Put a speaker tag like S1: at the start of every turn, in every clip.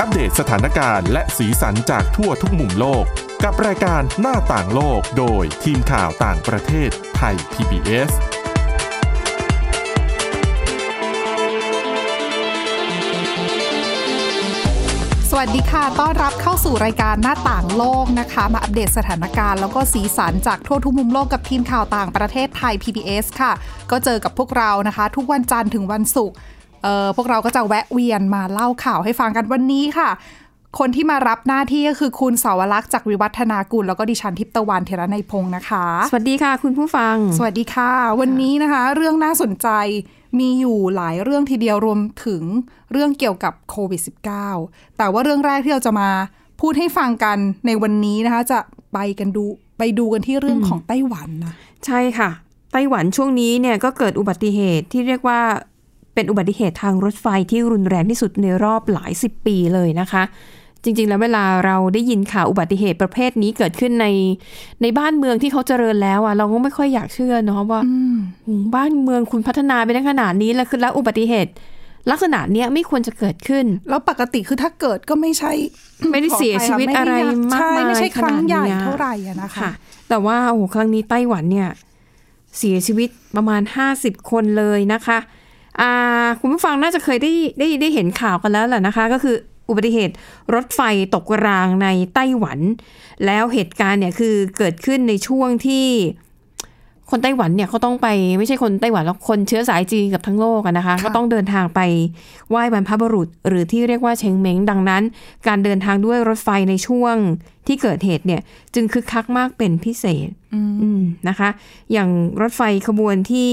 S1: อัปเดตสถานการณ์และสีสันจากทั่วทุกมุมโลก กับรายการหน้าต่างโลกโดยทีมข่าวต่างประเทศไทย PBS
S2: สวัสดีค่ะ ต้อนรับเข้าสู่รายการหน้าต่างโลกนะคะ มาอัปเดตสถานการณ์แล้วก็สีสันจากทั่วทุกมุมโลกกับทีมข่าวต่างประเทศไทย PBS ค่ะ ก็เจอกับพวกเรานะคะ ทุกวันจันทร์ถึงวันศุกร์ เอ่อ พวกเราก็จะแวะเวียนมาเล่าข่าวให้ฟังกันวันนี้ค่ะ คนที่มารับหน้าที่ก็คือคุณสาวรักษ์จากวิวัฒนากุลแล้วก็ดิฉันทิพย์ตะวันเทระในยพงศ์นะคะ
S3: สวัสดีค่ะ คุณผู้ฟัง
S2: สวัสดีค่ะ วันนี้นะคะ เรื่องน่าสนใจมีอยู่หลายเรื่องทีเดียวรวมถึงเรื่องเกี่ยวกับโควิด -19 แต่ว่าเรื่องแรกที่เราจะมาพูดให้ฟังกันในวันนี้นะคะ จะไปกันดูไปดูกันที่เรื่องของไต้หวันนะ
S3: ใช่ค่ะ ไต้หวันช่วงนี้เนี่ยก็เกิดอุบัติเหตุที่เรียกว่าเป็นอุบัติเหตุทางรถไฟที่รุนแรงที่สุดในรอบหลายสิบปีเลยนะคะ จริง ๆ แล้วเวลาเราได้ยินข่าวอุบัติเหตุประเภทนี้เกิดขึ้นในในบ้านเมืองที่เขาเจริญแล้วอ่ะเราก็ไม่ค่อยอยากเชื่อเนาะว่าโหบ้านเมืองคุณพัฒนาไปได้ขนาดนี้แล้วคือแล้วอุบัติเหตุ ลักษณะเนี้ยไม่ควรจะเกิดขึ้น
S2: แล้วปกติคือถ้าเกิดก็ไม่ใช่
S3: ไม่ได้เสียชีวิตอะไรมากมาย
S2: ใช่ไม่ใช่ครั้งใหญ่
S3: ขนดนี้
S2: เท่าไหร่อะนะคะ
S3: แต่ว่าโอ้โหครั้งนี้ไต้หวันเนี่ย เสียชีวิตประมาณ 50 คนเลยนะคะอ่าคุณผู้ฟังน่าจะเคยได้ได้ได้เห็นข่าวกันแล้วแหละนะคะ ก็คืออุบัติเหตุรถไฟตกรางในไต้หวัน แล้วเหตุการณ์เนี่ยคือเกิดขึ้นในช่วงที่ คนไต้หวันเนี่ยเขาต้องไปไม่ใช่คนไต้หวันแล้วคนเชื้อสายจีนกับทั้งโลกอะนะคะ ก็ต้องเดินทางไปไหว้บรรพบุรุษ หรือที่เรียกว่าเชงเม้งดังนั้น การเดินทางด้วยรถไฟในช่วงที่เกิดเหตุเนี่ย จึงคึกคักมากเป็นพิเศษอืมนะคะ อย่างรถไฟขบวนที่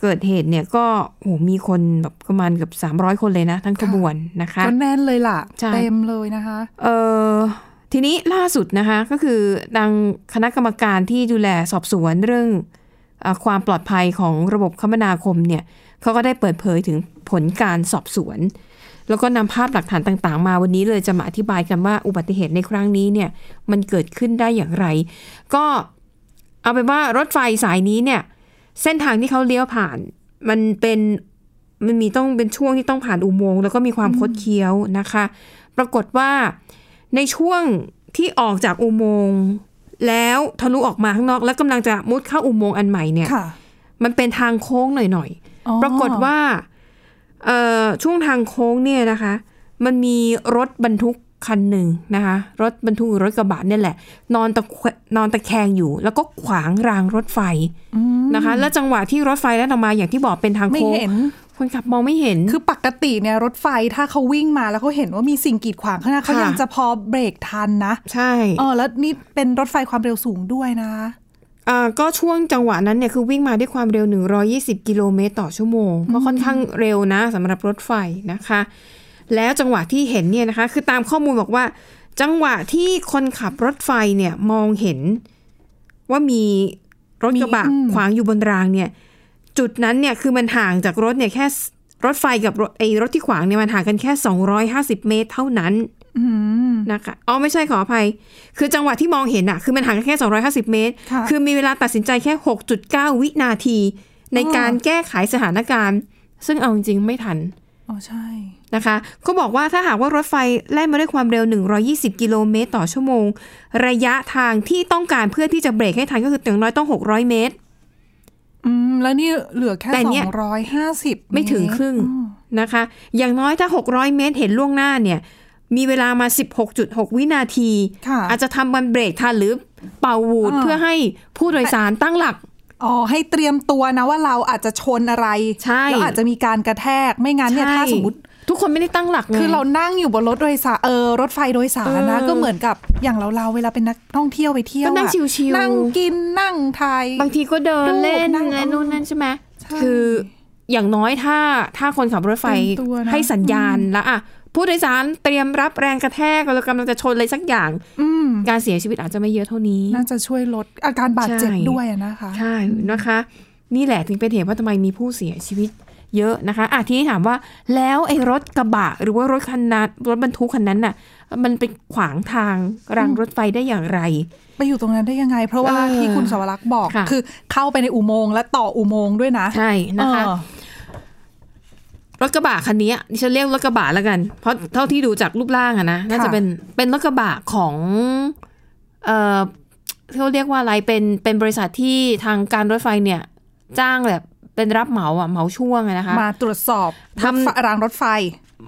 S3: เกิดเหตุเนี่ยก็โหมีคนแบบประมาณเกือบ300 คนเลยนะ ทั้งขบวนนะคะ
S2: ก็แน่นเลยล่ะ
S3: ใช่
S2: เต็มเลยนะคะ
S3: เออทีนี้ล่าสุดนะคะก็คือทางคณะกรรมการที่ดูแลสอบสวนเรื่องเออความปลอดภัยของระบบคมนาคมเนี่ยเขาก็ได้เปิดเผยถึงผลการสอบสวน แล้วก็นำภาพหลักฐานต่างๆ มาวันนี้เลยจะมาอธิบายกันว่าอุบัติเหตุในครั้งนี้เนี่ยมันเกิดขึ้นได้อย่างไร ก็เอาเป็นว่ารถไฟสายนี้เนี่ยเส้นทางที่เขาเลี้ยวผ่านมันเป็น มันมีต้องเป็นช่วงที่ต้องผ่านอุโมงค์แล้วก็มีความคดเคี้ยวนะคะ ปรากฏว่าในช่วงที่ออกจากอุโมงค์แล้วทะลุออกมาข้างนอก แล้วกำลังจะมุดเข้าอุโมงค์อันใหม่เนี่ย
S2: ค่ะ
S3: มันเป็นทางโค้งหน่อย
S2: อ๋อ
S3: ๆ ปรากฏว่าเอ่อช่วงทางโค้งเนี่ยนะคะ มันมีรถบรรทุกคันหนึ่งนะคะ รถบรรทุกหรือรถกระบะเนี่ยแหละ นอนตะแควะนอนตะแคงอยู่ แล้วก็ขวางรางรถไฟนะคะ และจังหวะที่รถไฟแล่นออกมาอย่างที่บอกเป็นทาง
S2: ไม่
S3: โค้ง
S2: เห็น
S3: คนขับมองไม่เห็น
S2: คือปกติเนี่ยรถไฟถ้าเขาวิ่งมาแล้วเขาเห็นว่ามีสิ่งกีดขวางข้างหน้าเขา
S3: ค่ะ
S2: ยังจะพอเบรกทันนะ
S3: ใช่
S2: อ๋อแล้วนี่เป็นรถไฟความเร็วสูงด้วยนะ
S3: อ่าก็ช่วงจังหวะนั้นเนี่ยคือวิ่งมาด้วยความเร็ว 120 กิโลเมตรต่อชั่วโมงก็ค่อนข้างเร็วนะสำหรับรถไฟนะคะ แล้วจังหวะที่เห็นเนี่ยนะคะ คือตามข้อมูลบอกว่า จังหวะที่คนขับรถไฟเนี่ยมองเห็นว่ามีรถกระบะ
S2: มีอืม
S3: ขวางอยู่บนรางเนี่ย จุดนั้นเนี่ยคือมันห่างจากรถเนี่ยแค่รถไฟกับรถไอ้รถที่ขวางเนี่ยมันห่างกันแค่ 250 เมตรเท่านั้น
S2: อืม
S3: นะคะอ๋อไม่ใช่ขออภัย คือจังหวะที่มองเห็นอะคือมันห่างกันแค่ 250 เมตร
S2: ค่ะ
S3: อมีเวลาตัดสินใจแค่ 6.9 วินาที ใน
S2: อ๋อ
S3: การแก้ไขสถานการณ์ ซึ่งเอาจริงๆไม่ทัน
S2: อ๋อใช่
S3: นะคะเขาบอกว่าถ้าหากว่ารถไฟแล่นมาด้วยความเร็ว 120 กิโลเมตรต่อชั่วโมง ระยะทางที่ต้องการเพื่อที่จะเบรกให้ทันก็คืออย่างน้อยต้อง 600 เมตร
S2: อืม แล้วนี่เหลือแค่
S3: แต่
S2: สอ
S3: เนี่ย
S2: งร้อยห้าสิบ
S3: ไม่ถึงครึ่งนะคะ อย่างน้อยถ้า 600 เมตรเห็นล่วงหน้าเนี่ย มีเวลามา 16.6 วินาที
S2: ค่ะ
S3: อาจจะทำมันเบรกทันหรือเป่าวูด
S2: อ่า
S3: เพื่อให้ผู้โดยสารตั้งหลัก
S2: อ๋อให้เตรียมตัวนะว่าเราอาจจะชนอะไร
S3: ใช่
S2: แล้วอาจจะมีการกระแทกไม่งั้นเนี่ย
S3: ใช่
S2: ถ้าสมมติ
S3: ทุกคนไม่ได้ตั้งหลักไง
S2: คือเรานั่งอยู่บนรถโดยสารเออรถไฟโดยสารนะ
S3: เออ
S2: ก็เหมือนกับอย่างเราเราๆเวลาเป็นนักท่องเที่ยวไปเที่ยว
S3: ก็นั่ง
S2: อะ
S3: ชิวๆ
S2: นั่งกินนั่งไทย
S3: บางทีก็เดินเล่น
S2: รูปนั่ง
S3: อะไรนู่นนั่นใช่ไหม
S2: ใช่
S3: คืออย่างน้อยถ้าถ้าคนขับรถไฟ
S2: เตรียมตัวนะ
S3: ให้สัญญาณแล้วอะผู้โดยสารเตรียมรับแรงกระแทกเรากำลังจะชนอะไรสักอย่าง
S2: อืม
S3: การเสียชีวิตอาจจะไม่เยอะเท่านี้
S2: น่าจะช่วยลดอาการบาดเจ็บ
S3: ใช่
S2: ด้วยอะนะคะ
S3: ใช่นะคะ นี่แหละถึงเป็นเหตุว่าทำไมมีผู้เสียชีวิตเยอะนะคะอ่ะทีนี้ถามว่าแล้วไอ้รถกระบะ หรือว่ารถคันนั้นรถบรรทุกคันนั้นน่ะ มันไปขวางทางรางรถไฟได้อย่างไร
S2: ไปอยู่ตรงนั้นได้ยังไง เพราะว่า
S3: เออ
S2: ที่คุณสวรักษ์บอก
S3: ค่ะ
S2: คือเข้าไปในอุโมงค์และต่ออุโมงค์ด้วยนะ
S3: ใช่นะคะ
S2: เออ
S3: รถกระบะคันนี้ดิฉันเรียกรถกระบะแล้วกัน เพราะเท่าที่ดูจากรูปร่างอะนะน่าจะ
S2: ค่ะ
S3: เป็นเป็นรถกระบะของเออเขาเรียกว่าอะไรเป็นเป็นบริษัทที่ทางการรถไฟเนี่ย จ้างแบบเป็นรับเหมาอะเหมาช่วงอะนะคะ
S2: มาตรวจสอบร
S3: ทำ
S2: ถไฟรางรถไฟ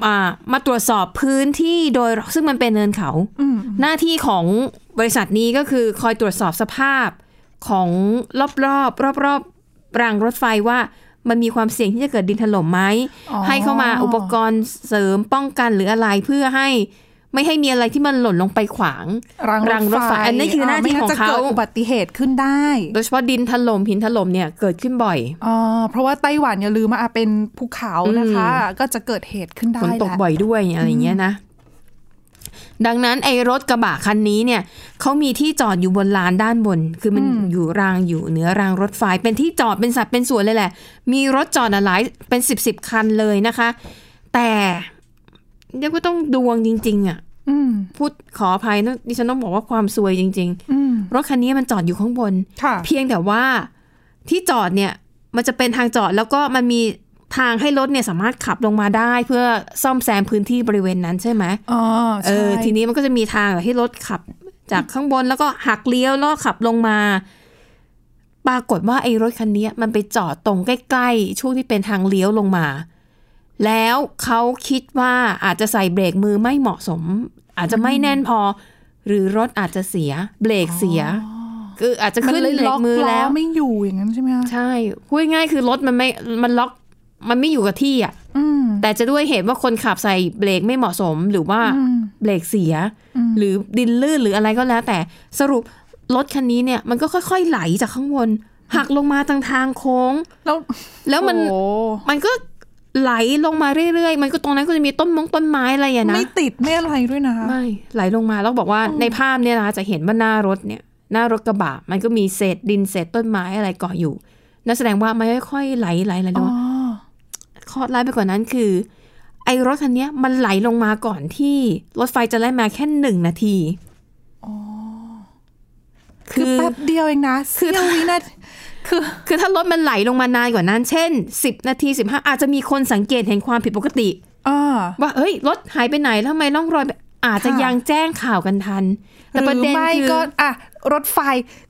S3: มามาตรวจสอบพื้นที่โดยซึ่งมันเป็นเนินเขา
S2: อืม
S3: หน้าที่ของบริษัทนี้ก็คือคอยตรวจสอบสภาพของรอบๆรอบๆรางรถไฟว่ามันมีความเสี่ยงที่จะเกิดดินถล่มไหม
S2: อ๋อ
S3: ให้เข้ามาอุปกรณ์เสริมป้องกันหรืออะไรเพื่อให้ไม่ให้มีอะไรที่มันหล่นลงไปขวาง
S2: ราง
S3: ราง
S2: ร
S3: รถ
S2: ถ
S3: ไฟ
S2: ไฟ
S3: อันนี้คือหน้าที่
S2: ไม่
S3: ของ
S2: จะ
S3: เขา
S2: กิดอุบัติเหตุขึ้นได้
S3: โดยเฉพาะดินถล่มหินถล่มเนี่ยเกิดขึ้นบ่อย
S2: อ๋อเพราะว่าไต้หวันอย่าลืมมาอ่ะเป็นภูเขานะคะ
S3: อืม
S2: ก็จะเกิดเหตุขึ้นได้
S3: ฝนตก
S2: แหละ
S3: บ่อยด้วยอะไรอย่างเงี้ยนะ ดังนั้นไอ้รถกระบะคันนี้เนี่ยเขามีที่จอดอยู่บนลานด้านบน คือมัน
S2: อืม
S3: อยู่รางอยู่เหนือรางรถไฟ เป็นที่จอดเป็นสัดเป็นส่วนเลยแหละ มีรถจอดอะหลายเป็นสิบสิบคันเลยนะคะ แต่เรียกว่าต้องดวงจริง ๆอะ
S2: อืม
S3: พูดขออภัยนะดิฉันต้องบอกว่าความซวยจริง
S2: อืม
S3: ๆ รถคันนี้มันจอดอยู่ข้างบน
S2: ค่ะ
S3: เพียงแต่ว่าที่จอดเนี่ยมันจะเป็นทางจอดแล้วก็มันมีทางให้รถเนี่ยสามารถขับลงมาได้ เพื่อซ่อมแซมพื้นที่บริเวณนั้นใช่ไหม
S2: อ๋อ
S3: เอ
S2: ใช่
S3: อทีนี้มันก็จะมีทางให้รถขับจากข้างบนแล้วก็หักเลี้ยวแล้วก็ขับลงมา ปรากฏว่าไอ้รถคันเนี้ยมันไปจอดตรงใกล้ๆ ช่วงที่เป็นทางเลี้ยวลงมา แล้วเขาคิดว่าอาจจะใส่เบรกมือไม่เหมาะสม อาจจะไม่แน่นพอ หรือรถอาจจะเสีย เบรกเสียคืออาจจะ
S2: มั
S3: ขึ้น
S2: เลย
S3: เบร
S2: ล็
S3: ก
S2: อก
S3: มือ
S2: ล้อ
S3: แล้ว
S2: ไม่อยู่อย่างนั้นใช่ไหมคะ
S3: ใช่พูดง่ายๆคือรถมันไม่ มันล็อก มันไม่อยู่กับที่อ่ะ
S2: อืม
S3: แต่จะด้วยเหตุว่าคนขับใส่เบรกไม่เหมาะสม หรือว่า
S2: อืม
S3: เบรกเสีย
S2: อืม
S3: หรือดินลื่นหรืออะไรก็แล้ว แต่สรุปรถคันนี้เนี่ยมันก็ค่อย ๆ ไหลจากข้างบนหักลงมาทางทางโค้ง
S2: แล้ว
S3: แล้วมัน
S2: โอ้
S3: มันก็ไหลลงมาเรื่อยๆ มันก็ตรงนั้นก็จะมีต้นมงต้นไม้อะไรอะนะ
S2: ไม่ติดไม่อะไรด้วยนะ
S3: ไม่ไหลลงมาแล้วบอกว่าในภาพเนี่ยนะคะจะเห็นว่าหน้ารถเนี่ย หน้ารถกระบะมันก็มีเศษดินเศษต้นไม้อะไรเกาะอยู่นั่นแสดงว่ามันค่อยๆไหลไหลไหลลง
S2: อ๋อ
S3: มาคอดไล่ไปกว่านั้นคือ ไอ้รถคันเนี้ยมันไหลลงมาก่อนที่รถไฟจะแล่นมาแค่หนึ่งนาที
S2: คื
S3: คือ อ
S2: แป๊บเดียวเองนะ
S3: คื
S2: เสี้
S3: อ
S2: ยววินาทีคือ
S3: คือถ้ารถมันไหลลงมานานกว่านั้น เช่น 10 นาที 15 อาจจะมีคนสังเกตเห็นความผิดปกติ
S2: อ่า
S3: ว่าเฮ้ยรถหายไปไหนแล้วทำไมร่องรอยแบบอาจจะ
S2: ค่ะ
S3: ยังแจ้งข่าวกันทัน
S2: ห
S3: แต่ประ
S2: รือ
S3: เด็น
S2: ไม่
S3: คือ
S2: ก็อ่ะรถไฟ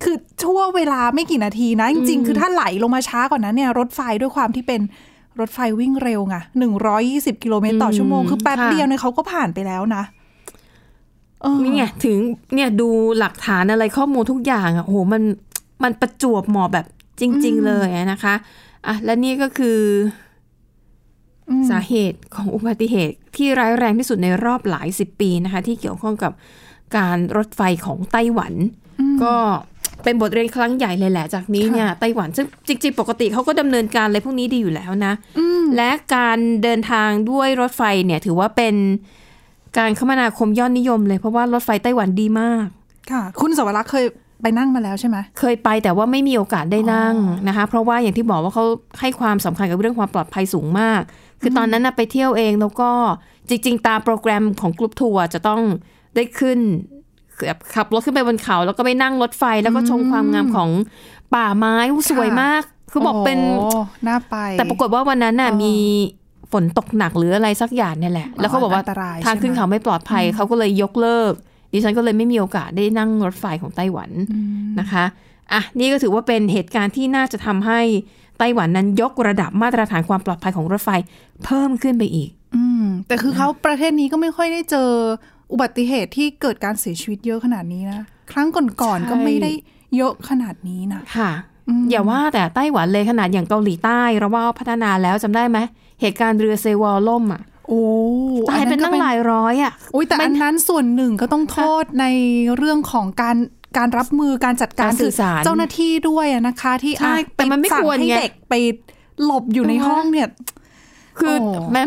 S2: คือชั่วเวลาไม่กี่นาทีนะ จริง ๆ คือถ้าไหลลงมาช้ากว่านั้นเนี่ย รถไฟด้วยความที่เป็นรถไฟวิ่งเร็วไงหนึ่งร้อยยี่สิบกิโลเมตรต่อชั่วโมง คือแป๊บ
S3: ค่ะ
S2: เดียวเนี่ยเขาก็ผ่านไปแล้วนะเออ
S3: นี่ไงถึงเนี่ยดูหลักฐานอะไรข้อมูลทุกอย่างอ่ะโอ้โหมันมันประจวบเหมาะแบบจริง
S2: อืม
S3: ๆ เลยอะนะคะอ่ะและนี่ก็คือ
S2: อืม
S3: สาเหตุของอุบัติเหตุที่ร้ายแรงที่สุดในรอบหลายสิบปีนะคะ ที่เกี่ยวข้องกับการรถไฟของไต้หวัน ก็เป็นบทเรียนครั้งใหญ่เลยแหละจากนี้เนี่ยไต้หวันซึ่งจริงๆปกติเขาก็ดำเนินการอะไรพวกนี้ดีอยู่แล้วนะ
S2: อืม
S3: และการเดินทางด้วยรถไฟเนี่ยถือว่าเป็นการคมนาคมยอดนิยมเลยเพราะว่ารถไฟไต้หวันดีมาก
S2: ค่ะ คุณสวรักษ์เคยไปนั่งมาแล้วใช่ไหม
S3: เคยไปแต่ว่าไม่มีโอกาสได้นั่งนะคะ เพราะว่าอย่างที่บอกว่าเขาให้ความสำคัญกับเรื่องความปลอดภัยสูงมาก คือตอนนั้นนะไปเที่ยวเองแล้วก็จริง ๆ ตามโปรแกรมของกลุ่มทัวร์จะต้องได้ขึ้นแบบขับรถขึ้นไปบนเขา แล้วก็ไปนั่งรถไฟแล้วก็ชมความงามของป่าไม้อู้สวย
S2: ค่ะ
S3: มากคือบอกเป็น
S2: โน่าไป
S3: แต่ปรากฏว่าวันนั้นน่ะ
S2: อ๋อ
S3: มีฝนตกหนักหรืออะไรสักอย่างเนี่ยแหละ แล้วเขาบอกว่า
S2: อันตราย
S3: ทาง
S2: ใช่ไหม
S3: ขึ้นเขาไม่ปลอดภัยเขาก็เลยยกเลิก ดิฉันก็เลยไม่มีโอกาสได้นั่งรถไฟของไต้หวันนะคะอ่ะนี่ก็ถือว่าเป็นเหตุการณ์ที่น่าจะทำให้ไต้หวันนั้นยกระดับมาตรฐานความปลอดภัยของรถไฟเพิ่มขึ้นไปอีก
S2: อืม แต่คือเขาประเทศนี้ก็ไม่ค่อยได้เจออุบัติเหตุที่เกิดการเสียชีวิตเยอะขนาดนี้นะ ครั้งก่อน
S3: ใช่
S2: ๆก็ไม่ได้เยอะขนาดนี้นะ
S3: ค่ะ
S2: อืม
S3: อย่าว่าแต่ไต้หวันเลยขนาดอย่างเกาหลีใต้เราว่าพัฒนาแล้วจำได้ไหมเหตุการณ์เรือเซวอลล่มอ่ะ
S2: โอ้
S3: ตายเป็น
S2: อั
S3: ตั้งหลายร้อยอ่ะ
S2: อุ้ยแต่อันนั้นส่วนหนึ่งก็ต้องโทษในเรื่องในเรื่องของการการรับมือการจัดการ
S3: การสื่อสาร
S2: เจ้าหน้าที่ด้วยอะนะคะ ที่
S3: ใช่
S2: อ่ะ
S3: แต่มันไม่
S2: สั่ง
S3: ควร
S2: ให้
S3: ไง
S2: เด็กไปหลบอยู่ในห้องเนี่ย
S3: คือ
S2: โอ้
S3: มัน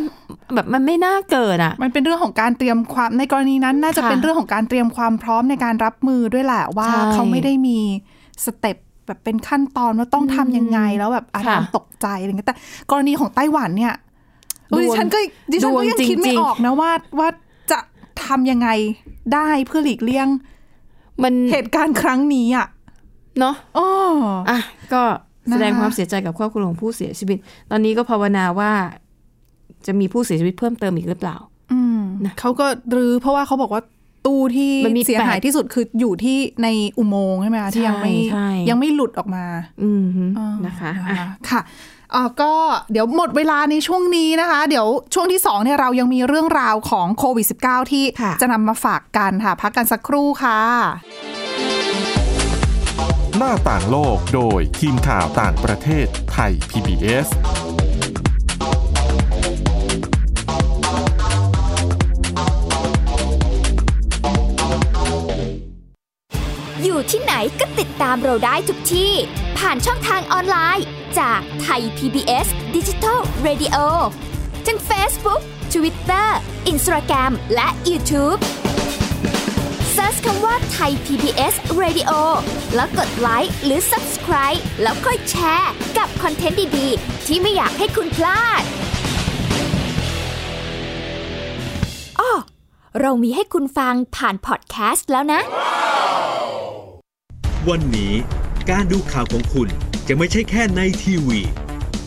S3: แบบมันไม่น่าเกิดอ่ะ
S2: มันเป็นเรื่องของการเตรียมความในกรณีนั้นน่าจะ
S3: ค่ะ
S2: เป็นเรื่องของการเตรียมความพร้อมในการรับมือด้วยแหละว่า
S3: ใช่
S2: เขาไม่ได้มีสเต็ปแบบเป็นขั้นตอนว่าต้องทำยังไงแล้วแบบอา
S3: ค่ะ
S2: รามตกใจอะไรเงี้ยแต่กรณีของไต้หวันเนี่ย
S3: ดวง
S2: ดิฉันก็ดิฉันก็ยัง
S3: ดวง
S2: คิด
S3: จริ
S2: ไม่
S3: งๆ
S2: ออกนะว่าว่าจะทำยังไงได้เพื่อหลีกเลี่ยง
S3: มัน
S2: เหตุการณ์ครั้งนี้อ่ะ
S3: เนาะ
S2: อ้อ
S3: อ่ะก็แสดง
S2: นะคะ
S3: ความเสียใจกับครอบครัวของผู้เสียชีวิต ตอนนี้ก็ภาวนาว่า จะมีผู้เสียชีวิตเพิ่มเติมอีกหรือเปล่า
S2: อืม
S3: นะ
S2: เขาก็รื้อเพราะว่าเขาบอกว่าตู้ที่
S3: มันมี
S2: เสียหาย
S3: แปด
S2: ที่สุดคืออยู่ที่ในอุโมงค์ใช่ไหมคะที่ยังไม่
S3: ใช่ใช่
S2: ยังไม่หลุดออกมา
S3: อืมฮึ
S2: อ่า
S3: นะคะ
S2: น
S3: อ่ะ
S2: ค่ะเอ่อก็เดี๋ยวหมดเวลาในช่วงนี้นะคะ เดี๋ยวช่วงที่2เนี่ยเรายังมีเรื่องราวของโควิด -19 ที่
S3: ค่ะ
S2: จะนำมาฝากกันค่ะ พักกันสักครู่ค่ะ
S1: หน้าต่างโลกโดยทีมข่าวต่างประเทศไทย PBS
S4: อยู่ที่ไหนก็ติดตามเราได้ทุกที่ ผ่านช่องทางออนไลน์ จากไทย PBS Digital Radio ทั้ง Facebook Twitter Instagram และ YouTube Search คำว่าไทย PBS Radio แล้วกดไลค์หรือ Subscribe แล้วค่อยแชร์ กับคอนเทนต์ดี ๆ ที่ไม่อยากให้คุณพลาดอ้อเรามีให้คุณฟังผ่านพอดแคสต์แล้วนะ
S5: วันนี้การดูข่าวของคุณจะไม่ใช่แค่ในทีวี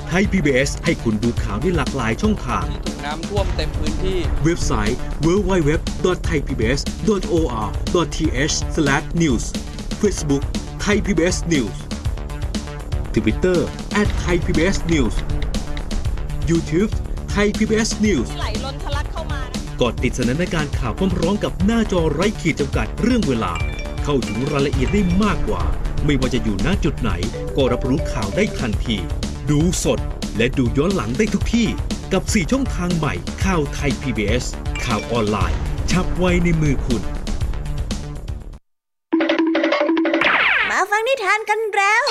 S5: ไทย PBS ให้คุณดูข่าวได้หลากหลายช่องทาง
S6: ถูกน้ำท่วมเต็มพื้นที่
S5: เว็บไซต์ www.thaipbs.or.th/news Facebook Thai PBS News Twitter @thaipbsnews YouTube Thai PBS News
S7: ไหลล้นทะลักเข้ามา
S5: กดติดสนันในการข่าวพร้อมร้องกับหน้าจอไร้ขีดจำกัดเรื่องเวลา เข้าถึงรายละเอียดได้มากกว่า ไม่ว่าจะอยู่ณจุดไหน ก็รับรู้ข่าวได้ทันที ดูสดและดูย้อนหลังได้ทุกที่ กับ 4 ช่องทางใหม่ข่าวไทย PBS ข่าวออนไลน์ ชับไว้ในมือคุณ
S7: มาฟังนิทานกันแล้ว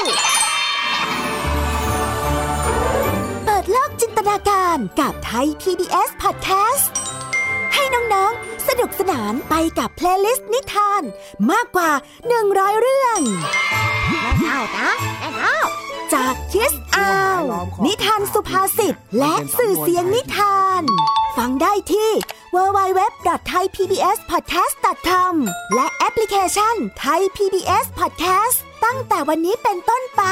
S4: เปิดโลกจินตนาการกับไทย PBS Podcast ให้น้องๆ สนุกสนานไปกับเพลย์ลิสต์นิทาน มากกว่า 100 เรื่องเอานะเอาจากคิสอาวนิทานสุภาษิตและสื่อเสียงนิทาน ฟังได้ที่ www.thaipbspodcast.com และแอปพลิเคชัน Thai PBS Podcast ตั้งแต่วันนี้เป็นต้นไป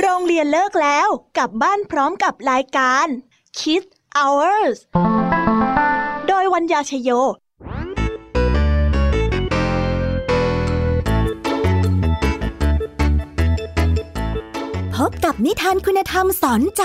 S7: โรงเรียนเลิกแล้ว กลับบ้านพร้อมกับรายการ Kids Hours โดยวัญญาชยโย
S4: พบกับนิทานคุณธรรมสอนใจ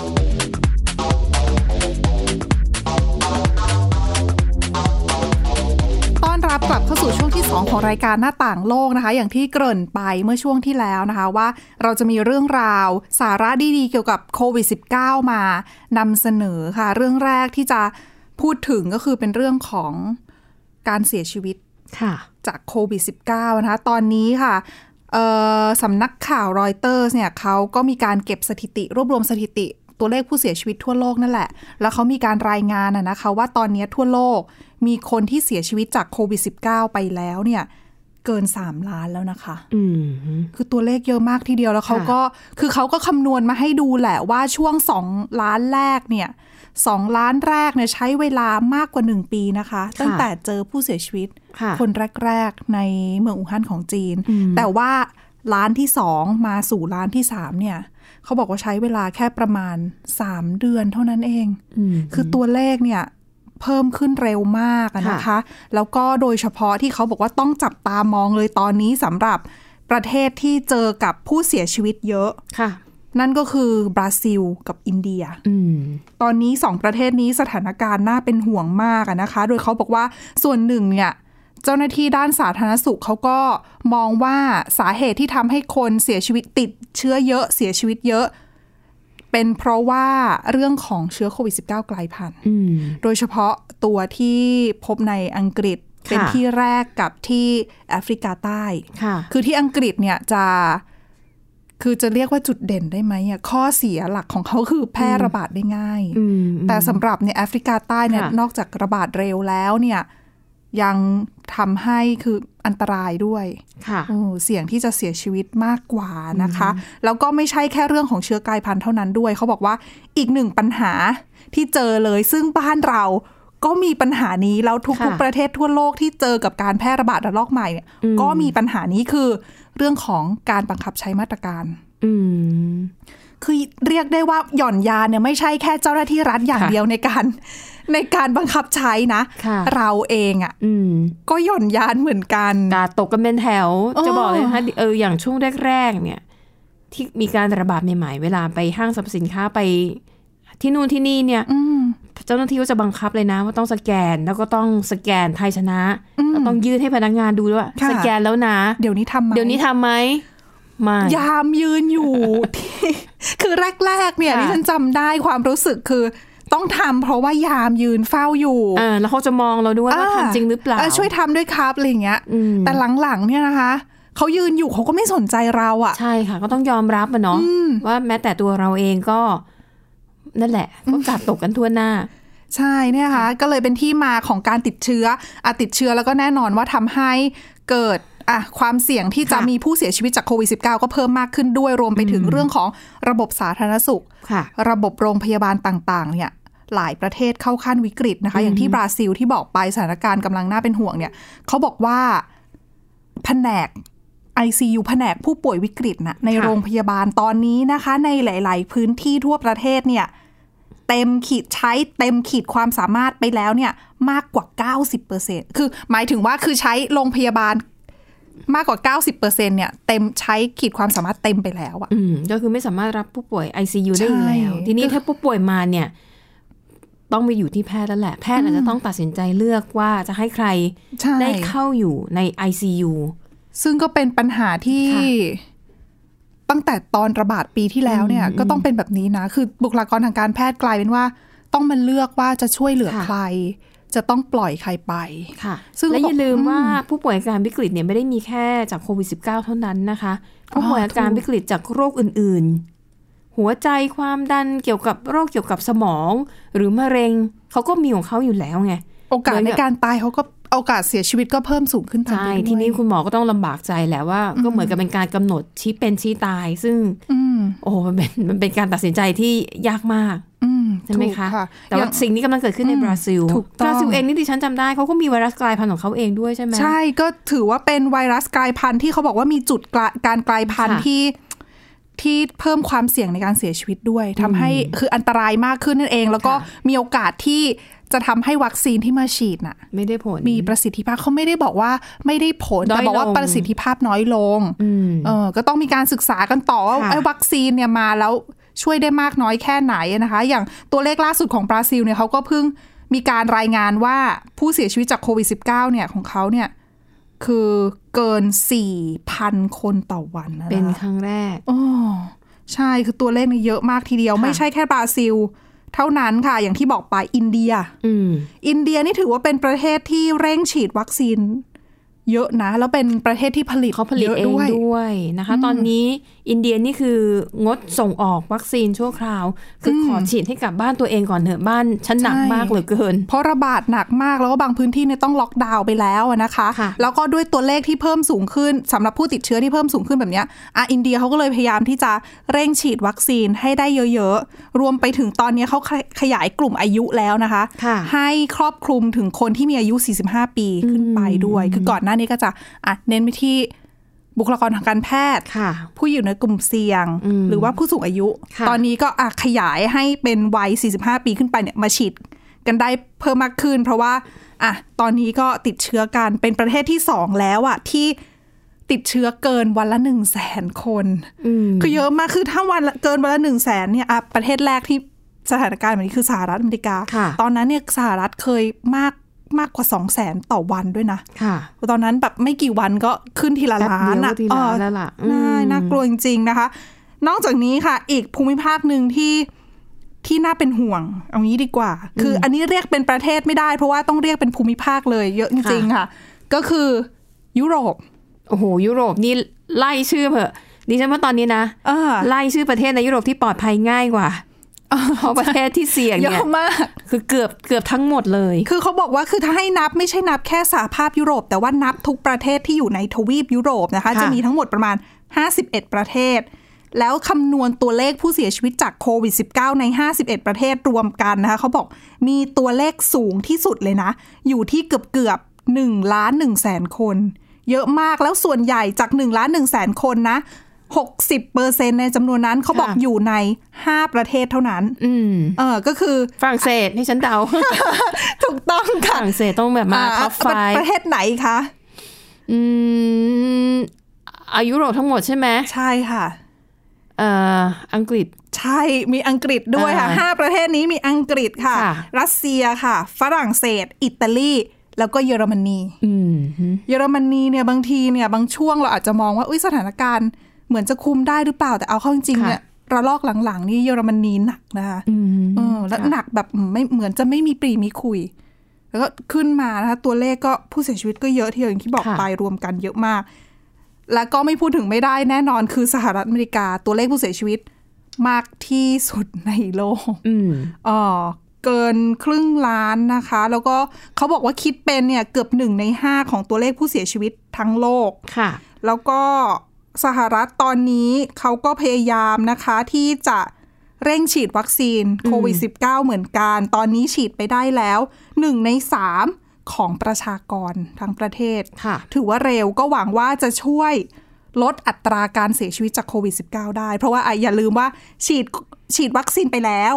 S2: ต้อนรับกลับเข้าสู่ช่วงที่ 2 ของรายการหน้าต่างโลกนะคะ อย่างที่เกริ่นไปเมื่อช่วงที่แล้วนะคะ ว่าเราจะมีเรื่องราวสาระดีๆเกี่ยวกับโควิด -19 มานำเสนอค่ะ เรื่องแรกที่จะพูดถึงก็คือเป็นเรื่องของการเสียชีวิต
S3: ค่ะ
S2: จากโควิด -19 นะคะ ตอนนี้ค่ะเอ่อสำนักข่าวรอยเตอร์เนี่ยเขาก็มีการเก็บสถิติ รวบรวมสถิติตัวเลขผู้เสียชีวิตทั่วโลกนั่นแหละ แล้วเขามีการรายงานนะนะคะ ว่าตอนนี้ทั่วโลกมีคนที่เสียชีวิตจากโควิด -19 ไปแล้วเนี่ยเกิน 3 ล้านแล้วนะคะ
S3: อืมฮึ
S2: คือตัวเลขเยอะมากทีเดียวแล้วเขา
S3: ค่ะ
S2: ก็คือเขาก็คำนวณมาให้ดูแหละว่าช่วง 2 ล้านแรกเนี่ยสองล้านแรกเนี่ยใช้เวลามากกว่า 1 ปีนะคะ ตั้งแต่เจอผู้เสียชีวิต
S3: ค่ะ
S2: คนแรก ๆ ในเมืองอู่ฮั่นของจีน แต่ว่าร้านที่สองมาสู่ร้านที่สามเนี่ย เขาบอกว่าใช้เวลาแค่ประมาณ 3 เดือนเท่านั้นเอง
S3: อืม
S2: คือตัวเลขเนี่ยเพิ่มขึ้นเร็วมากอะนะคะ แล้วก็โดยเฉพาะที่เขาบอกว่าต้องจับตามองเลยตอนนี้สำหรับประเทศที่เจอกับผู้เสียชีวิตเยอะ
S3: ค่ะ
S2: นั่นก็คือบราซิลกับอินเดีย
S3: อืม
S2: ตอนนี้สองประเทศนี้สถานการณ์น่าเป็นห่วงมากอะนะคะ โดยเขาบอกว่าส่วนหนึ่งเนี่ย เจ้าหน้าที่ด้านสาธารณสุขเขาก็มองว่าสาเหตุที่ทำให้คนเสียชีวิตติดเชื้อเยอะเสียชีวิตเยอะ เป็นเพราะว่าเรื่องของเชื้อโควิด -19 กลายพันธุ์
S3: อืม
S2: โดยเฉพาะตัวที่พบในอังกฤษ
S3: ค่ะ
S2: เป็นที่แรกกับที่แอฟริกาใต้
S3: ค่ะ
S2: คือที่อังกฤษเนี่ยจะคือจะเรียกว่าจุดเด่นได้ไหมอ่ะข้อเสียหลักของเขาคือแพร่ระบาดได้ง่าย
S3: อืม
S2: แต่สำหรับในแอฟริกาใต้เนี่ย
S3: ค่ะ
S2: นอกจากระบาดเร็วแล้วเนี่ยยังทำให้คืออันตรายด้วย
S3: ค่ะ
S2: เออเสี่ยงที่จะเสียชีวิตมากกว่านะคะ แล้วก็ไม่ใช่แค่เรื่องของเชื้อกลายพันธุ์เท่านั้นด้วย เขาบอกว่าอีกหนึ่งปัญหาที่เจอเลยซึ่งบ้านเราก็มีปัญหานี้ แล้วทุก
S3: ค่ะ
S2: ๆประเทศทั่วโลกที่เจอกับการแพร่ระบาดระลอกใหม่เนี่ยก็มีปัญหานี้คือเรื่องของการบังคับใช้มาตรการ
S3: อืม
S2: คือเรียกได้ว่าหย่อนยานเนี่ยไม่ใช่แค่เจ้าหน้าที่รัฐอย่าง
S3: ค่ะ
S2: เดียวในการ ในการบังคับใช้นะ
S3: ค่ะ
S2: เราเองอะ่ะ
S3: อืม
S2: ก็หย่อนยานเหมือนกัน
S3: กาตกกันเป็นแถว
S2: เออ
S3: จะบอกเลยนะคะเอออย่างช่วงแรกๆเนี่ย ที่มีการระบาดใหม่ๆ เวลาไปห้างสรรพสินค้าไป ที่นู่นที่นี่เนี่ย
S2: อืม
S3: เจ้าหน้าที่ก็จะบังคับเลยนะ ว่าต้องสแกนแล้วก็ต้องสแกนไทยชนะ
S2: อืม
S3: แล้วต้องยื่นให้พนักงานดูด้วยว่า
S2: ค่ะ
S3: สแกนแล้วนะ
S2: เดี๋ยวนี้ทำไหม
S3: เดี๋ยวนี้ทำไหมไม่
S2: ยามยืนอยู่ ที่ คือแรก ๆ เนี่ย
S3: ค่ะ
S2: ที่ฉันจำได้ความรู้สึกคือ ต้องทำเพราะว่ายามยืนเฝ้าอยู่
S3: อ่าแล้วเขาจะมองเราด้วยว่า
S2: อ่
S3: ทำจริงหรือเปล่า
S2: ช่วยทำด้วยครับอะไรอย่างเงี้ย
S3: อืม
S2: แต่หลังๆเนี่ยนะคะเขายืนอยู่เขาก็ไม่สนใจเราอ่ะ
S3: ใช่ค่ะ ก็ต้องยอมรับอะเนาะว่าแม้แต่ตัวเราเองก็ นั่นแหละ ก็กาดตกกันทั่วหน้า
S2: ใช่เนี่ยนะคะก็เลยเป็นที่มาของการติดเชื้ออะติดเชื้อแล้วก็แน่นอนว่าทำให้เกิดอ่ะความเสี่ยงที่จะ
S3: ค่ะ
S2: มีผู้เสียชีวิตจากโควิด -19 ก็เพิ่มมากขึ้นด้วยรวมไปถึงเรื่องของระบบสาธารณสุข
S3: ค่ะ
S2: ระบบโรงพยาบาลต่างๆ เนี่ย หลายประเทศเข้าขั้นวิกฤตนะคะ อย่างที่บราซิลที่บอกไปสถานการณ์กำลังน่าเป็นห่วงเนี่ยเขาบอกว่าแผนก ICU แผนกผู้ป่วยวิกฤตนะใน
S3: ค่ะ
S2: โรงพยาบาลตอนนี้นะคะ ในหลาย ๆ พื้นที่ทั่วประเทศเนี่ย เต็มขีดใช้เต็มขีดความสามารถไปแล้วเนี่ย มากกว่า 90%คือหมายถึงว่าคือใช้โรงพยาบาลมากกว่า 90%เนี่ย เต็มใช้ขีดความสามารถเต็มไปแล้วอะ
S3: อืมก็คือไม่สามารถรับผู้ป่วย ICU ได้อีกแล้ว
S2: ใช่
S3: ทีนี้ถ้าผู้ป่วยมาเนี่ย ต้องไปอยู่ที่แพทย์แล้วแหละ แพทย์อาจจะต้องตัดสินใจเลือกว่าจะให้ใคร
S2: ใช่
S3: ได้เข้าอยู่ใน ICU
S2: ซึ่งก็เป็นปัญหาที่
S3: ค่ะ
S2: ตั้งแต่ตอนระบาดปีที่แล้วเนี่ย ก็ต้องเป็นแบบนี้นะ คือบุคลากรทางการแพทย์กลายเป็นว่า ต้องมาเลือกว่าจะช่วยเหลือ
S3: ค่ะ
S2: ใคร จะต้องปล่อยใครไป
S3: ค่ะ
S2: ซึ่ง
S3: และ
S2: บ
S3: อ
S2: อก
S3: ย่าลืม
S2: อืม
S3: ว่าผู้ป่วยอาการวิกฤตเนี่ยไม่ได้มีแค่จากโควิด -19 เท่านั้นนะคะ ผู้ป่วย
S2: อ๋ออ
S3: อาการวิกฤตจากโรคอื่นๆ หัวใจความดันเกี่ยวกับโรคเกี่ยวกับสมอง หรือมะเร็งเขาก็มีของเขาอยู่แล้วไง
S2: โอกาส
S3: เหมื
S2: ใน
S3: อนกับ
S2: การตายเขาก็โอกาสเสียชีวิตก็เพิ่มสูงขึ้นตาม
S3: ใช่
S2: ไปด้วย
S3: ทีนี้คุณหมอก็ต้องลำบากใจแหละว่า ก็เหมือนกับเป็นการกำหนดชี้เป็นชี้ตาย ซึ่ง
S2: อืม
S3: โอ้โหมัน เป็นมันเป็นการตัดสินใจที่ยากมาก
S2: อืม
S3: ใช่ไหม
S2: ถูก
S3: คะ
S2: ค่ะ
S3: แต่ว่า
S2: อย่ง
S3: สิ่งนี้กำลังเกิดขึ้นใน
S2: อืม
S3: บราซิล
S2: ถูกต้อง
S3: บราซิลเองนี่ดิฉันจำได้เขาก็มีไวรัสกลายพันธุ์ของเขาเองด้วยใช่ไหม
S2: ใช่ก็ถือว่าเป็นไวรัสกลายพันธุ์ที่เขาบอกว่ามีจุดกลายการกลายพันธุ์
S3: ค่ะ
S2: ที่ที่เพิ่มความเสี่ยงในการเสียชีวิตด้วยทำให้คืออันตรายมากขึ้นนั่นเอง แล้วก็
S3: ค่ะ
S2: มีโอกาสที่จะทำให้วัคซีนที่มาฉีดน่ะ
S3: ไม่ได้ผล
S2: มีประสิทธิภาพเขาไม่ได้บอกว่าไม่ได้ผล
S3: น้อย
S2: แต่บอกว่า
S3: ลง
S2: ประสิทธิภาพน้อยลง
S3: อืม
S2: เออก็ต้องมีการศึกษากันต่อว่า
S3: ค่ะ
S2: ไอ้วัคซีนเนี่ยมาแล้วช่วยได้มากน้อยแค่ไหนนะคะ อย่างตัวเลขล่าสุดของบราซิลเนี่ยเขาก็เพิ่งมีการรายงานว่าผู้เสียชีวิตจากโควิด -19 เนี่ยของเขาเนี่ยคือเกิน 4,000 คนต่อวันนะ
S3: เป็น
S2: คะ
S3: ครั้งแรก
S2: อ๋อใช่คือตัวเลขเนี่ยเยอะมากทีเดียว
S3: ค่ะ
S2: ไม่ใช่แค่บราซิล เท่านั้นค่ะ อย่างที่บอกไปอินเดีย
S3: อืม
S2: อินเดียนี่ถือว่าเป็นประเทศที่เร่งฉีดวัคซีน เยอะนะ แล้วเป็นประเทศที่ผลิต
S3: เขาผลิต
S2: ยะ
S3: เองด้วยนะคะ ตอนนี้อินเดียนี่คืองดส่งออกวัคซีนชั่วคราว คืออขอฉีดให้กับบ้านตัวเองก่อนเถอะบ้านฉันหนักมากเหลือเกิน
S2: เพราะระบาดหนักมากแล้วก็บางพื้นที่เนี่ยต้องล็อกดาวน์ไปแล้วอะนะคะ
S3: ค่ะ
S2: แล้วก็ด้วยตัวเลขที่เพิ่มสูงขึ้นสำหรับผู้ติดเชื้อที่เพิ่มสูงขึ้นแบบเนี้ยอ่ะอินเดียเขาก็เลยพยายามที่จะเร่งฉีดวัคซีนให้ได้เยอะๆรวมไปถึงตอนนี้เขาขยายกลุ่มอายุแล้วนะคะ
S3: ค่ะ
S2: ให้ครอบคลุมถึงคนที่มีอายุ 45 ปีขึ้นไปด้วย คือก่อนหน้านี้ก็จะอ่ะเน้นไปที่บุคลากรทางการแพทย์
S3: ค่ะ
S2: ผู้อยู่ในกลุ่มเสี่ยง
S3: อืม
S2: หรือว่าผู้สูงอายุ
S3: ค่ะ
S2: ตอนนี้ก็อ่ะขยายให้เป็นวัย 45 ปีขึ้นไปเนี่ยมาฉีดกันได้เพิ่มมากขึ้น เพราะว่าอ่ะตอนนี้ก็ติดเชื้อกันเป็นประเทศที่ 2 แล้วอ่ะที่ติดเชื้อเกินวันละ1 0 0 0 0แสนคน
S3: อืม
S2: คือเยอะมาก คือถ้าวันละเกินวันละหนึ่งแสนเนี่ยอ่ะประเทศแรกที่สถานการณ์แบบนี้คือสหรัฐอเมริกา
S3: ค่ะ
S2: ตอนนั้นเนี่ยสหรัฐเคยมาก มากกว่า 2 0 0แสนต่อวันด้วยนะ
S3: ค่ะ
S2: ตอนนั้นแบบไม่กี่วันก็ขึ้นทีละ
S3: แป๊บ
S2: ล้า
S3: เดีย
S2: นอะ
S3: วก็ทีละล้านแล้วล่ะ
S2: เออ
S3: อืม
S2: น่าน่ากลัวจริง ๆ นะคะ นอกจากนี้ค่ะ อีกภูมิภาคหนึ่งที่ที่น่าเป็นห่วง เอางี้ดีกว่า คืออันนี้เรียกเป็นประเทศไม่ได้ เพราะว่าต้องเรียกเป็นภูมิภาคเลยเยอะจริง ๆ ค่ะ ก็คือยุโรป
S3: โอ้โห ยุโรปนี่ไล่ชื่อเถอะดิฉันว่าตอนนี้นะ
S2: อ่า
S3: ไล่ชื่อประเทศในยุโรปที่ปลอดภัยง่ายกว่าเพราะประเทศที่เสี่ยง
S2: เย
S3: เนี่ย
S2: อะมาก
S3: คือเกือบเกือบทั้งหมดเลย
S2: คือเขาบอกว่าคือถ้าให้นับไม่ใช่นับแค่สหภาพยุโรป แต่ว่านับทุกประเทศที่อยู่ในทวีปยุโรปนะคะ
S3: ค่ะ
S2: จะมีทั้งหมดประมาณ 51 ประเทศ แล้วคำนวณตัวเลขผู้เสียชีวิตจากโควิด -19 ใน 51 ประเทศรวมกันนะคะเขาบอกมีตัวเลขสูงที่สุดเลยนะ อยู่ที่เกือบเกือบ1ล้าน1แสนคน เยอะมากแล้วส่วนใหญ่จาก1ล้าน1แสนคนนะ 60%ในจำนวนนั้นเขาบอกอยู่ใน 5 ประเทศเท่านั้น
S3: อืม
S2: เออก็คือ
S3: ฝรั่งเศสให้ฉันเดา
S2: ถูกต้อง
S3: ฝ
S2: ค่ะ
S3: รั่งเศสต้องแบบมา
S2: อ่
S3: ท็อปไฟ
S2: ประประเทศไหนคะ
S3: อืมอายุโรปทั้งหมดใช่ไหม
S2: ใช่ค่ะ
S3: เอ่ออังกฤษ
S2: ใช่มีอังกฤษด้วยค่ะ
S3: อ่า
S2: ห้าประเทศนี้มีอังกฤษค่ะ
S3: ค่ะ
S2: รัสเซียค่ะ ฝรั่งเศส อิตาลีแล้วก็เยอรมนี
S3: อืม
S2: เยอรมนีเนี่ยบางทีเนี่ยบางช่วงเราอาจจะมองว่าอุ้ยสถานการณ์เหมือนจะคุมได้หรือเปล่าแต่เอาเข้าจริงๆ
S3: ค่ะ
S2: เนี่ยระลอกหลังๆ นี่เยอรมนีหนักนะคะ
S3: อืม
S2: เออแล้ว
S3: ค่ะ
S2: หนักแบบไม่เหมือนจะไม่มีปรีมีคุย แล้วก็ขึ้นมานะคะตัวเลขก็ผู้เสียชีวิตก็เยอะที่อย่างที่บอกไปรวมกันเยอะมาก และก็ไม่พูดถึงไม่ได้แน่นอนคือสหรัฐอเมริกาตัวเลขผู้เสียชีวิตมากที่สุดในโลก
S3: อืม
S2: เอ่อเกินครึ่งล้านนะคะ แล้วก็เขาบอกว่าคิดเป็นเนี่ยเกือบหนึ่งในห้าของตัวเลขผู้เสียชีวิตทั้งโลก
S3: ค่ะ
S2: แล้วก็สหรัฐตอนนี้เขาก็พยายามนะคะที่จะเร่งฉีดวัคซีนโควิด -19 เหมือนกัน ตอนนี้ฉีดไปได้แล้ว 1 ใน 3 ของประชากรทั้งประเทศ
S3: ค่ะ
S2: ถือว่าเร็วก็หวังว่าจะช่วยลดอัตราการเสียชีวิตจากโควิด -19 ได้ เพราะว่าอ่ะอย่าลืมว่าฉีดฉีดวัคซีนไปแล้ว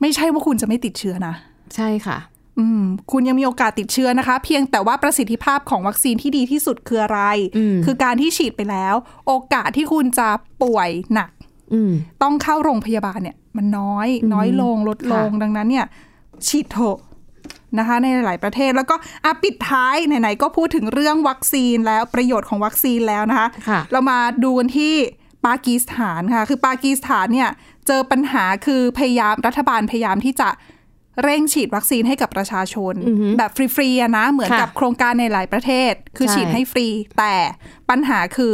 S2: ไม่ใช่ว่าคุณจะไม่ติดเชื้อนะ
S3: ใช่ค่ะ
S2: อืมคุณยังมีโอกาสติดเชื้อนะคะ เพียงแต่ว่าประสิทธิภาพของวัคซีนที่ดีที่สุดคืออะไร
S3: อืม
S2: คือการที่ฉีดไปแล้ว โอกาสที่คุณจะป่วยหนัก
S3: อืม
S2: ต้องเข้าโรงพยาบาลเนี่ย มันน้อยน้อยลงลดลง ดังนั้นเนี่ย ฉีดเถอะนะคะ ในหลายๆประเทศแล้วก็อ่ะปิดท้ายไหนๆก็พูดถึงเรื่องวัคซีนแล้วประโยชน์ของวัคซีนแล้วนะคะ
S3: ค่ะ
S2: เรามาดูกันที่ปากีสถานค่ะ คือปากีสถานเนี่ยเจอปัญหาคือพยายามรัฐบาลพยายามที่จะเร่งฉีดวัคซีนให้กับประชาชน แบบฟรีๆอะนะเหมือน
S3: ค่ะ
S2: กับโครงการในหลายประเทศ คือ
S3: ใช่
S2: ฉีดให้ฟรี แต่ปัญหาคือ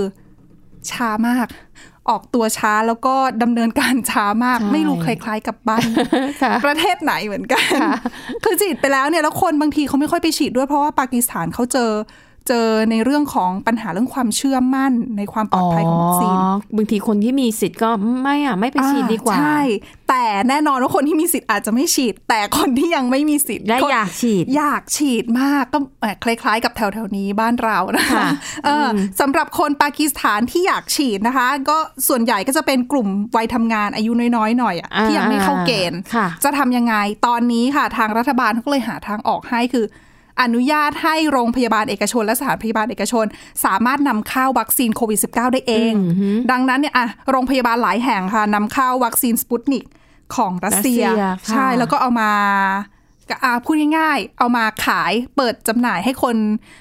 S2: ช้ามาก ออกตัวช้าแล้วก็ดำเนินการช้ามาก
S3: ใช่
S2: ไม่รู้คล้ายๆกับบ้าน
S3: ค่ะ
S2: ประเทศไหนเหมือนกัน คือฉีดไปแล้วเนี่ยแล้วคนบางทีเขาไม่ค่อยไปฉีดด้วยเพราะว่าปากีสถานเขาเจอเจอในเรื่องของปัญหาเรื่องความเชื่อมั่นในความปลอดภัยของวัคซีน
S3: บางทีคนที่มีสิทธิ์ก็ไม่อ่ะ ไม่ไปฉีดดีกว่า
S2: อ่ใช่ แต่แน่นอนว่าคนที่มีสิทธิ์อาจจะไม่ฉีด แต่คนที่ยังไม่มีสิทธิ์
S3: และ
S2: คน
S3: อยากฉีด
S2: อยากฉีดมากก็เอ่อคล้าย ๆ กับแถว ๆ นี้บ้านเรานะคะ
S3: ค่ะ
S2: เอออสำหรับคนปากีสถานที่อยากฉีดนะคะ ก็ส่วนใหญ่ก็จะเป็นกลุ่มวัยทำงานอายุน้อยๆหน่อยอะ
S3: อ่า
S2: ที่ยังไม่เข้าเกณฑ์
S3: ค่ะ
S2: จะทำยังไงตอนนี้ค่ะ ทางรัฐบาลเขาก็เลยหาทางออกให้คือ อนุญาตให้โรงพยาบาลเอกชน และสถานพยาบาลเอกชน สามารถนำเข้าวัคซีนโควิด -19 ได้เอง ดังนั้นเนี่ยอะโรงพยาบาลหลายแห่งค่ะนำเข้าวัคซีนสปุตนิกของรัสเซีย
S3: รัสเซียค่ะ
S2: ใช่แล้วก็เอามา ก็อ่าพูดง่ายๆ เอามาขายเปิดจำหน่ายให้คน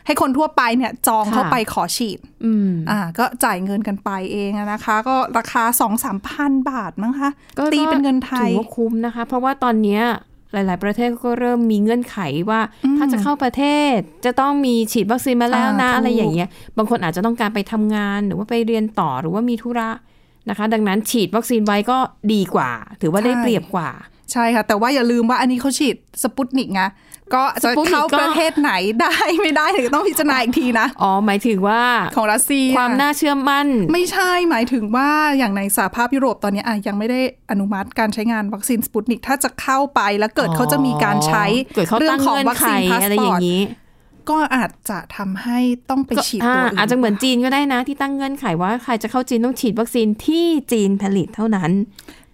S2: ให้คนทั่วไปเนี่ยจอง
S3: ค่ะ
S2: เข้าไปขอฉีด
S3: อืม
S2: อ่า ก็จ่ายเงินกันไปเองอะนะคะ ก็ราคา2องสามพันบาทมั้งคะ
S3: ก็
S2: ตีเป็นเงินไทย
S3: ถือว่าคุ้มนะคะ เพราะว่าตอนเนี้ยหลาย ๆ ประเทศก็เริ่มมีเงื่อนไขว่า ถ้าจะเข้าประเทศจะต้องมีฉีดวัคซีนมาแล้ว
S2: อ่า
S3: นะ
S2: ถูก
S3: อะไรอย่างเงี้ยบางคนอาจจะต้องการไปทำงานหรือว่าไปเรียนต่อหรือว่ามีธุระนะคะ ดังนั้นฉีดวัคซีนไว้ก็ดีกว่า ถือว่าได้เปรียบกว่า
S2: ใช่ค่ะ แต่ว่าอย่าลืมว่าอันนี้เขาฉีดสปุตนิกไงก็จะเข้า
S3: Sputnik ก็
S2: ประเทศไหนได้ไม่ได้ถึงต้องพิจารณาอีกทีนะ
S3: อ๋อหมายถึงว่า
S2: ของรัสเซีย
S3: ความน่าเชื่อมั่น
S2: ไม่ใช่หมายถึงว่าอย่างในสหภาพยุโรปตอนนี้อ่ะยังไม่ได้อนุมัติการใช้งานวัคซีนสปุตนิกถ้าจะเข้าไปแล้วเกิด
S3: อ๋อ
S2: เขาจะมีการใช้
S3: เกิดเขาตั้ง
S2: ของ
S3: เงื่อน
S2: วัค
S3: ไข
S2: ซีนพาส
S3: อะไร
S2: ป
S3: อ
S2: อร์
S3: ย่า
S2: ต
S3: งนี้
S2: ก็อาจจะทำให้ต้องไป
S3: ก็
S2: ฉีด
S3: อ่า
S2: ตัวอื่น
S3: อาจจะเหมือนจีนก็ได้นะ ที่ตั้งเงื่อนไขว่าใครจะเข้าจีนต้องฉีดวัคซีนที่จีนผลิตเท่านั้น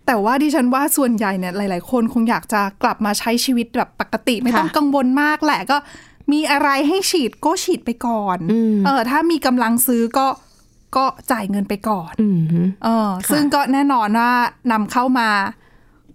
S2: แต่ว่าดิฉันว่าส่วนใหญ่เนี่ยหลาย ๆ คนคงอยากจะกลับมาใช้ชีวิตแบบปกติ ไม่
S3: ค่ะ
S2: ต้องกังวลมากแหละก็มีอะไรให้ฉีดก็ฉีดไปก่อน
S3: อืม
S2: เออถ้ามีกำลังซื้อก็ก็จ่ายเงินไปก่อน
S3: อืม
S2: เออ
S3: ค่ะ
S2: ซึ่งก็แน่นอนว่านำเข้ามา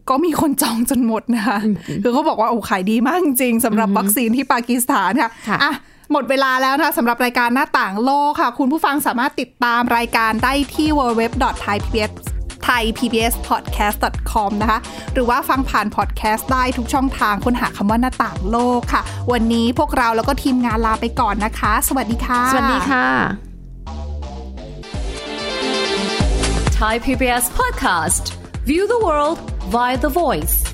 S2: ก็มีคนจองจนหมดนะคะ คือเขาบอกว่าโอ้ขายดีมากจริงๆสำหรับวัคซีนที่ปากีสถานค่ะ
S3: ค่ะ
S2: อ่ะ หมดเวลาแล้วนะคะสำหรับรายการหน้าต่างโลกค่ะ คุณผู้ฟังสามารถติดตามรายการได้ที่ www.thaipbs thaipbspodcast.com นะคะ หรือว่าฟังผ่านพอดแคสต์ได้ทุกช่องทางค้นหาคำว่าหน้าต่างโลกค่ะ วันนี้พวกเราแล้วก็ทีมงานลาไปก่อนนะคะ สวัสดีค่ะ
S3: สวัสดีค่ะ
S6: Thai PBS podcast. View the world via the voice.